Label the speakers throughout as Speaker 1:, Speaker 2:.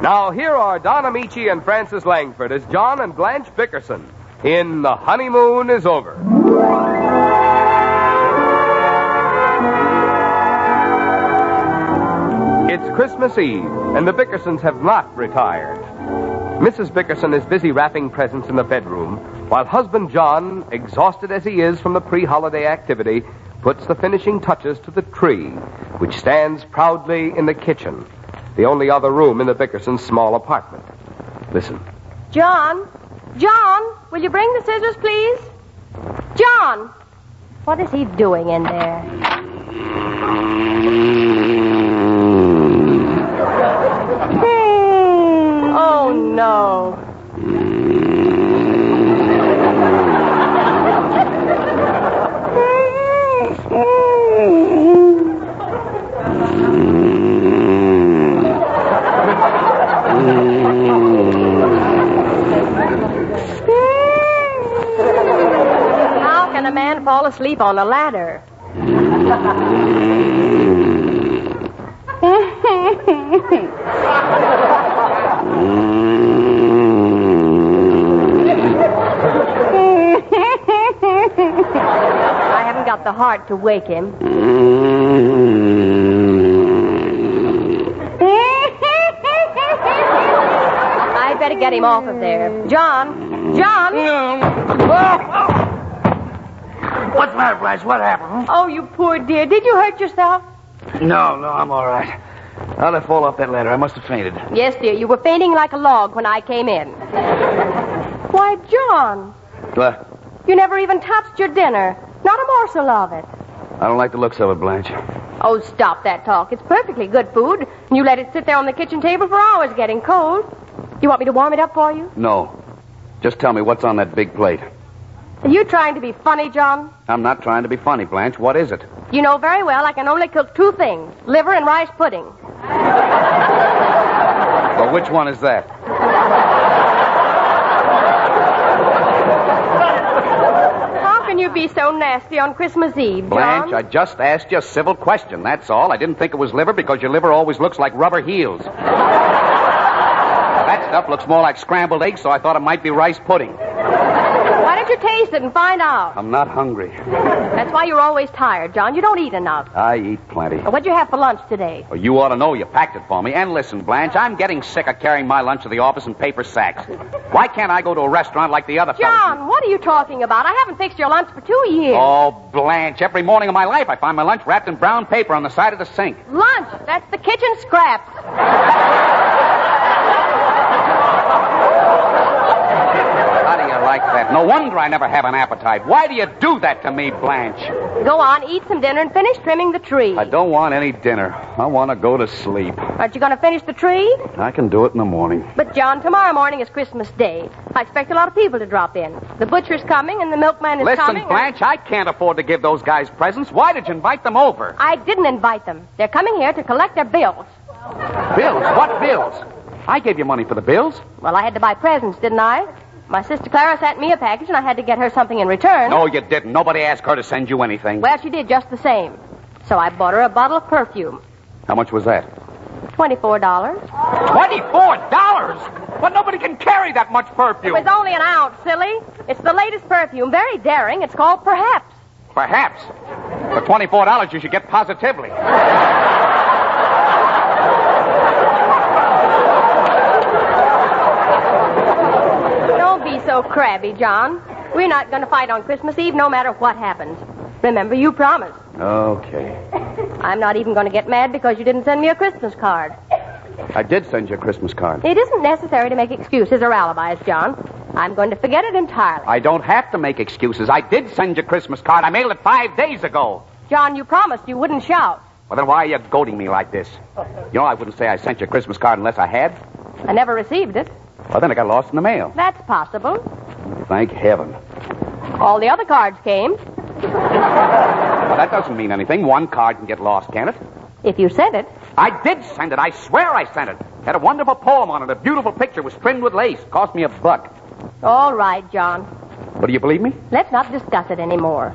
Speaker 1: Now, here are Don Amici and Francis Langford as John and Blanche Bickerson in The Honeymoon is Over. It's Christmas Eve, and the Bickersons have not retired. Mrs. Bickerson is busy wrapping presents in the bedroom, while husband John, exhausted as he is from the pre holiday activity, puts the finishing touches to the tree, which stands proudly in the kitchen, the only other room in the Bickersons' small apartment. Listen.
Speaker 2: John? John, will you bring the scissors, please? John! What is he doing in there? Oh, no. How can a man fall asleep on a ladder? I haven't got the heart to wake him. I better get him off of there. John! John!
Speaker 3: What's the matter, Blanche? What happened?
Speaker 2: Oh, you poor dear. Did you hurt yourself?
Speaker 3: No, no, I'm all right. How'd I fall off that ladder? I must have fainted.
Speaker 2: Yes, dear. You were fainting like a log when I came in. Why, John,
Speaker 3: Well,
Speaker 2: you never even touched your dinner. Not a morsel of it.
Speaker 3: I don't like the looks of it, Blanche.
Speaker 2: Oh, stop that talk. It's perfectly good food. And you let it sit there on the kitchen table for hours getting cold. You want me to warm it up for you?
Speaker 3: No. Just tell me what's on that big plate.
Speaker 2: Are you trying to be funny, John?
Speaker 3: I'm not trying to be funny, Blanche. What is it?
Speaker 2: You know very well I can only cook two things liver and rice pudding.
Speaker 3: Well, which one is that?
Speaker 2: How can you be so nasty on Christmas Eve, John?
Speaker 3: Blanche, I just asked you a civil question. That's all. I didn't think it was liver because your liver always looks like rubber heels. that stuff looks more like scrambled eggs, so I thought it might be rice pudding.
Speaker 2: Why don't you taste it and find out?
Speaker 3: I'm not hungry.
Speaker 2: That's why you're always tired, John. You don't eat enough.
Speaker 3: I eat plenty.
Speaker 2: What'd you have for lunch today?
Speaker 3: Well, you ought to know you packed it for me. And listen, Blanche, I'm getting sick of carrying my lunch to the office in paper sacks. Why can't I go to a restaurant like the other fellas?
Speaker 2: John, what are you talking about? I haven't fixed your lunch for two years.
Speaker 3: Oh, Blanche, every morning of my life I find my lunch wrapped in brown paper on the side of the sink.
Speaker 2: Lunch! That's the kitchen scraps.
Speaker 3: How do you like that? No wonder I never have an appetite. Why do you do that to me, Blanche?
Speaker 2: Go on, eat some dinner and finish trimming the tree.
Speaker 3: I don't want any dinner. I want to go to sleep.
Speaker 2: Aren't you going to finish the tree?
Speaker 3: I can do it in the morning.
Speaker 2: But, John, tomorrow morning is Christmas Day. I expect a lot of people to drop in. The butcher's coming and the milkman is
Speaker 3: Listen,
Speaker 2: coming. and-
Speaker 3: Blanche, I can't afford to give those guys presents. Why did you invite them over?
Speaker 2: I didn't invite them. They're coming here to collect their bills.
Speaker 3: Bills? What bills? I gave you money for the bills.
Speaker 2: Well, I had to buy presents, didn't I? My sister Clara sent me a package and I had to get her something in return.
Speaker 3: No, you didn't. Nobody asked her to send you anything.
Speaker 2: Well, she did just the same. So I bought her a bottle of perfume.
Speaker 3: How much was that?
Speaker 2: Twenty-four dollars.
Speaker 3: Twenty-four dollars. But nobody can carry that much
Speaker 2: It
Speaker 3: perfume.
Speaker 2: was only an ounce, silly. It's the latest perfume, very daring. It's called Perhaps.
Speaker 3: Perhaps. For twenty-four dollars, you should get positively.
Speaker 2: so crabby, John. We're not going to fight on Christmas Eve no matter what happens. Remember, you promised.
Speaker 3: Okay.
Speaker 2: I'm not even going to get mad because you didn't send me a Christmas card.
Speaker 3: I did send you a Christmas card.
Speaker 2: It isn't necessary to make excuses or alibis, John. I'm going to forget it entirely.
Speaker 3: I don't have to make excuses. I did send you a Christmas card. I mailed it five days ago.
Speaker 2: John, you promised you wouldn't shout.
Speaker 3: Well, then why are you goading me like this? You know, I wouldn't say I sent you a Christmas card unless I had.
Speaker 2: I never received it.
Speaker 3: Well, then I got lost in the mail.
Speaker 2: That's possible.
Speaker 3: Thank heaven.
Speaker 2: All the other cards came.
Speaker 3: Well, that doesn't mean anything. One card can get lost, can it?
Speaker 2: If you said it.
Speaker 3: I did send it. I swear I sent it. Had a wonderful poem on it. A beautiful picture was trimmed with lace. Cost me a buck.
Speaker 2: All right, John.
Speaker 3: But do you believe me?
Speaker 2: Let's not discuss it anymore.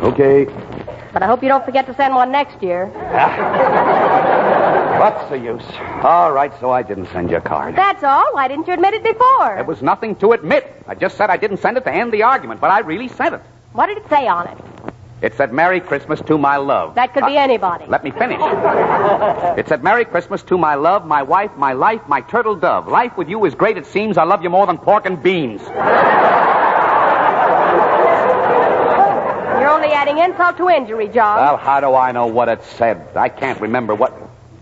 Speaker 3: Okay.
Speaker 2: But I hope you don't forget to send one next year.
Speaker 3: What's the use? All right, so I didn't send you a card.
Speaker 2: That's all. Why didn't you admit it
Speaker 3: There
Speaker 2: before?
Speaker 3: was nothing to admit. I just said I didn't send it to end the argument, but I really sent it.
Speaker 2: What did it say on it?
Speaker 3: It said Merry Christmas to my love.
Speaker 2: That could be
Speaker 3: Uh,
Speaker 2: anybody.
Speaker 3: Let me finish. It said, Merry Christmas to my love, my wife, my life, my turtle dove. Life with you is great, it seems. I love you more than pork and beans.
Speaker 2: You're only adding insult to injury, John.
Speaker 3: Well, how do I know what it said? I can't remember what.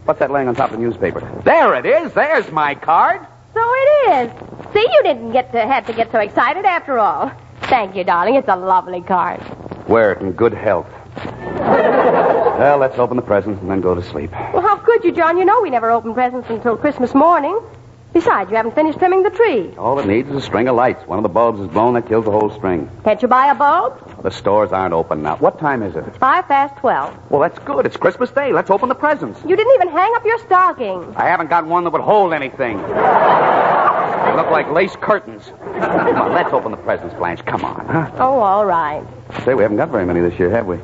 Speaker 3: What's that laying on top of the newspaper? There it is. There's my card.
Speaker 2: So it is. See, you didn't get to have to get so excited after all. Thank you, darling. It's a lovely card.
Speaker 3: Wear it in good health. well, let's open the present and then go to sleep.
Speaker 2: Well, how could you, John? You know we never open presents until Christmas morning. Besides, you haven't finished trimming the tree.
Speaker 3: All it needs is a string of lights. One of the bulbs is blown, that kills the whole string.
Speaker 2: Can't you buy a bulb?
Speaker 3: The stores aren't open now. What time is it?
Speaker 2: Five past twelve.
Speaker 3: Well, that's good. It's Christmas Day. Let's open the presents.
Speaker 2: You didn't even hang up your stocking.
Speaker 3: I haven't got one that would hold anything. They look like lace curtains. Come on, let's open the presents, Blanche. Come on, huh?
Speaker 2: Oh, all right.
Speaker 3: Say, we haven't got very many this year, have we?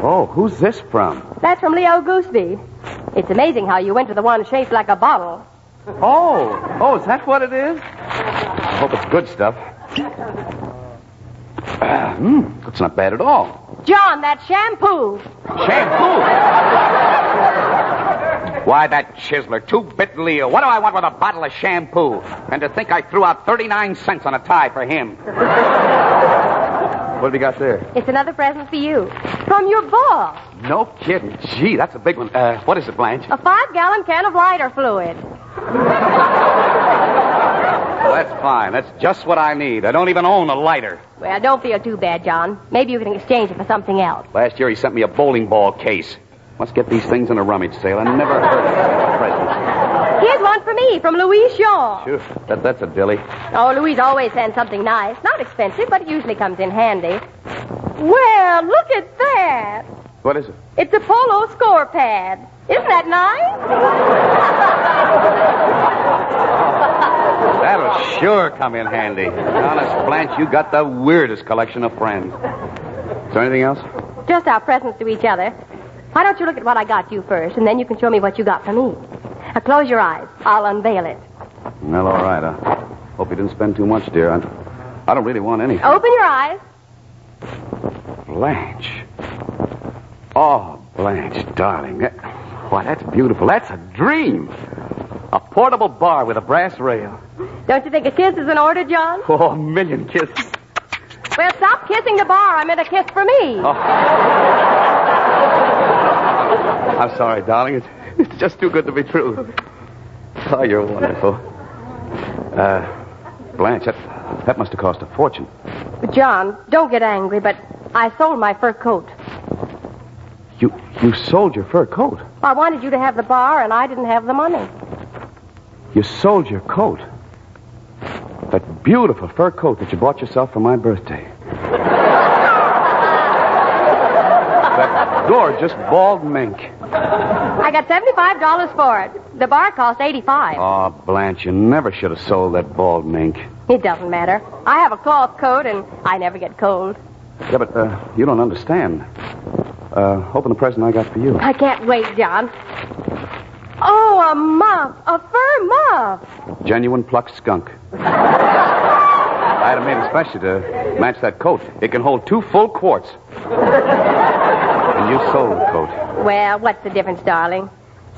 Speaker 3: Oh, who's this from?
Speaker 2: That's from Leo Gooseby. It's amazing how you went to the one shaped like a bottle.
Speaker 3: Oh, oh, is that what it is? I hope it's good stuff. Ah, Hmm, that's not bad at all.
Speaker 2: John, that shampoo.
Speaker 3: Shampoo. Why, that chiseler, two-bit Leo. What do I want with a bottle of shampoo? And to think I threw out 39 cents on a tie for him. what have you got there?
Speaker 2: It's another present for you. From your boss.
Speaker 3: No kidding. Gee, that's a big one. Uh, what is it, Blanche?
Speaker 2: A five gallon can of lighter fluid.
Speaker 3: Well, that's fine. That's just what I need. I don't even own a lighter.
Speaker 2: Well, don't feel too bad, John. Maybe you can exchange it for something else.
Speaker 3: Last year he sent me a bowling ball case. Must get these things in a rummage sale. I never heard of
Speaker 2: Here's one for me from Louise Shaw.
Speaker 3: such a present. Phew, that, that's a dilly.
Speaker 2: Oh, Louise always sends something nice. Not expensive, but it usually comes in handy. Well, look at that.
Speaker 3: What is it?
Speaker 2: It's a polo score pad. Isn't that nice?
Speaker 3: That'll sure come in handy. Honest, Blanche, you got the weirdest collection of friends. Is there anything else?
Speaker 2: Just our presents to each other. Why don't you look at what I got you first, and then you can show me what you got for me. Now, close your eyes. I'll unveil it.
Speaker 3: Well, all right. I hope you didn't spend too much, dear. I, I don't really want anything.
Speaker 2: Open your eyes.
Speaker 3: Blanche. Oh, Blanche, darling. That, why, that's beautiful. That's a dream. A portable bar with a brass rail.
Speaker 2: Don't you think a kiss is in order, John?
Speaker 3: Oh, a million kisses.
Speaker 2: Well, stop kissing the bar. I meant a kiss for me.
Speaker 3: I'm sorry, darling. It's, it's just too good to be true. Oh, you're wonderful. Uh, Blanche, that, that must have cost a fortune.
Speaker 2: John, don't get angry, but I sold my fur coat.
Speaker 3: You, you sold your fur coat.
Speaker 2: I wanted you to have the bar, and I didn't have the money.
Speaker 3: You sold your coat. That beautiful fur coat that you bought yourself for my birthday. that gorgeous bald mink.
Speaker 2: I got $75 for it. The bar cost 85
Speaker 3: Oh, Blanche, you never should have sold that bald mink.
Speaker 2: It doesn't matter. I have a cloth coat, and I never get cold.
Speaker 3: Yeah, but uh, you don't understand. Uh, open the present I got for you.
Speaker 2: I can't wait, John. Oh, a muff. A fur muff.
Speaker 3: Genuine plucked skunk. I had it made especially to match that coat. It can hold two full quarts. and you sold the coat.
Speaker 2: Well, what's the difference, darling?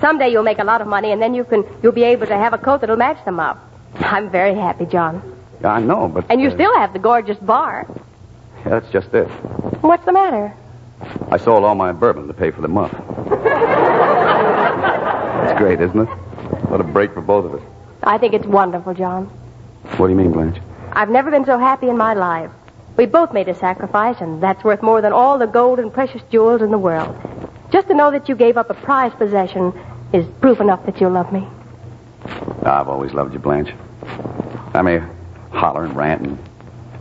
Speaker 2: Someday you'll make a lot of money, and then you can you'll be able to have a coat that'll match the muff. I'm very happy, John.
Speaker 3: I know, but.
Speaker 2: And you
Speaker 3: uh,
Speaker 2: still have the gorgeous bar.
Speaker 3: Yeah, that's just it.
Speaker 2: What's the matter?
Speaker 3: I sold all my bourbon to pay for the month. That's great, isn't it? What a break for both of us.
Speaker 2: I think it's wonderful, John.
Speaker 3: What do you mean, Blanche?
Speaker 2: I've never been so happy in my life. We both made a sacrifice, and that's worth more than all the gold and precious jewels in the world. Just to know that you gave up a prized possession is proof enough that you love me.
Speaker 3: I've always loved you, Blanche. I may holler and rant and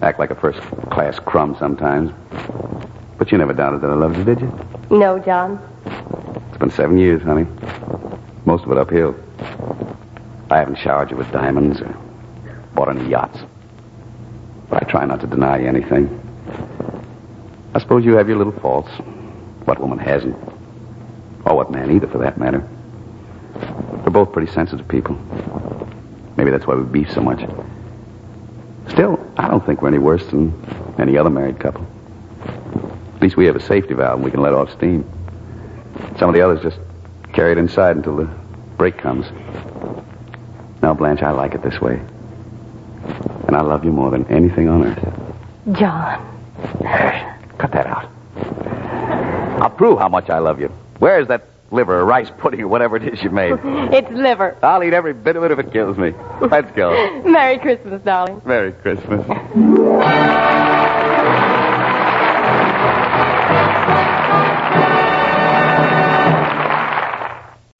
Speaker 3: act like a first class crumb sometimes. But you never doubted that I loved you, did you?
Speaker 2: No, John.
Speaker 3: It's been seven years, honey. Most of it uphill. I haven't showered you with diamonds or bought any yachts. But I try not to deny you anything. I suppose you have your little faults. What woman hasn't? Or what man either, for that matter. We're both pretty sensitive people. Maybe that's why we beef so much. Still, I don't think we're any worse than any other married couple. At least we have a safety valve and we can let off steam. Some of the others just carry it inside until the break comes. Now, Blanche, I like it this way. And I love you more than anything on earth.
Speaker 2: John.
Speaker 3: Cut that out. I'll prove how much I love you. Where's that liver or rice pudding or whatever it is you made?
Speaker 2: It's liver.
Speaker 3: I'll eat every bit of it if it kills me. Let's go.
Speaker 2: Merry Christmas, darling.
Speaker 3: Merry Christmas.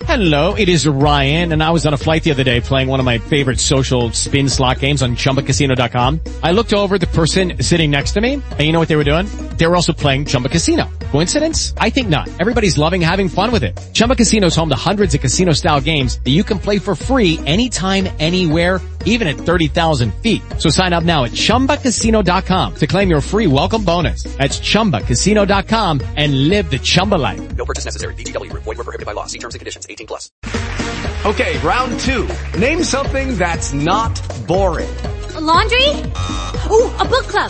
Speaker 4: Hello, it is Ryan, and I was on a flight the other day playing one of my favorite social spin slot games on ChumbaCasino.com. I looked over at the person sitting next to me, and you know what they were doing? They were also playing Chumba Casino. Coincidence? I think not. Everybody's loving having fun with it. Chumba Casino is home to hundreds of casino-style games that you can play for free anytime, anywhere, even at 30,000 feet. So sign up now at ChumbaCasino.com to claim your free welcome bonus. That's ChumbaCasino.com and live the Chumba life.
Speaker 5: Okay, round two. Name something that's not boring.
Speaker 6: A laundry? Ooh, a book club.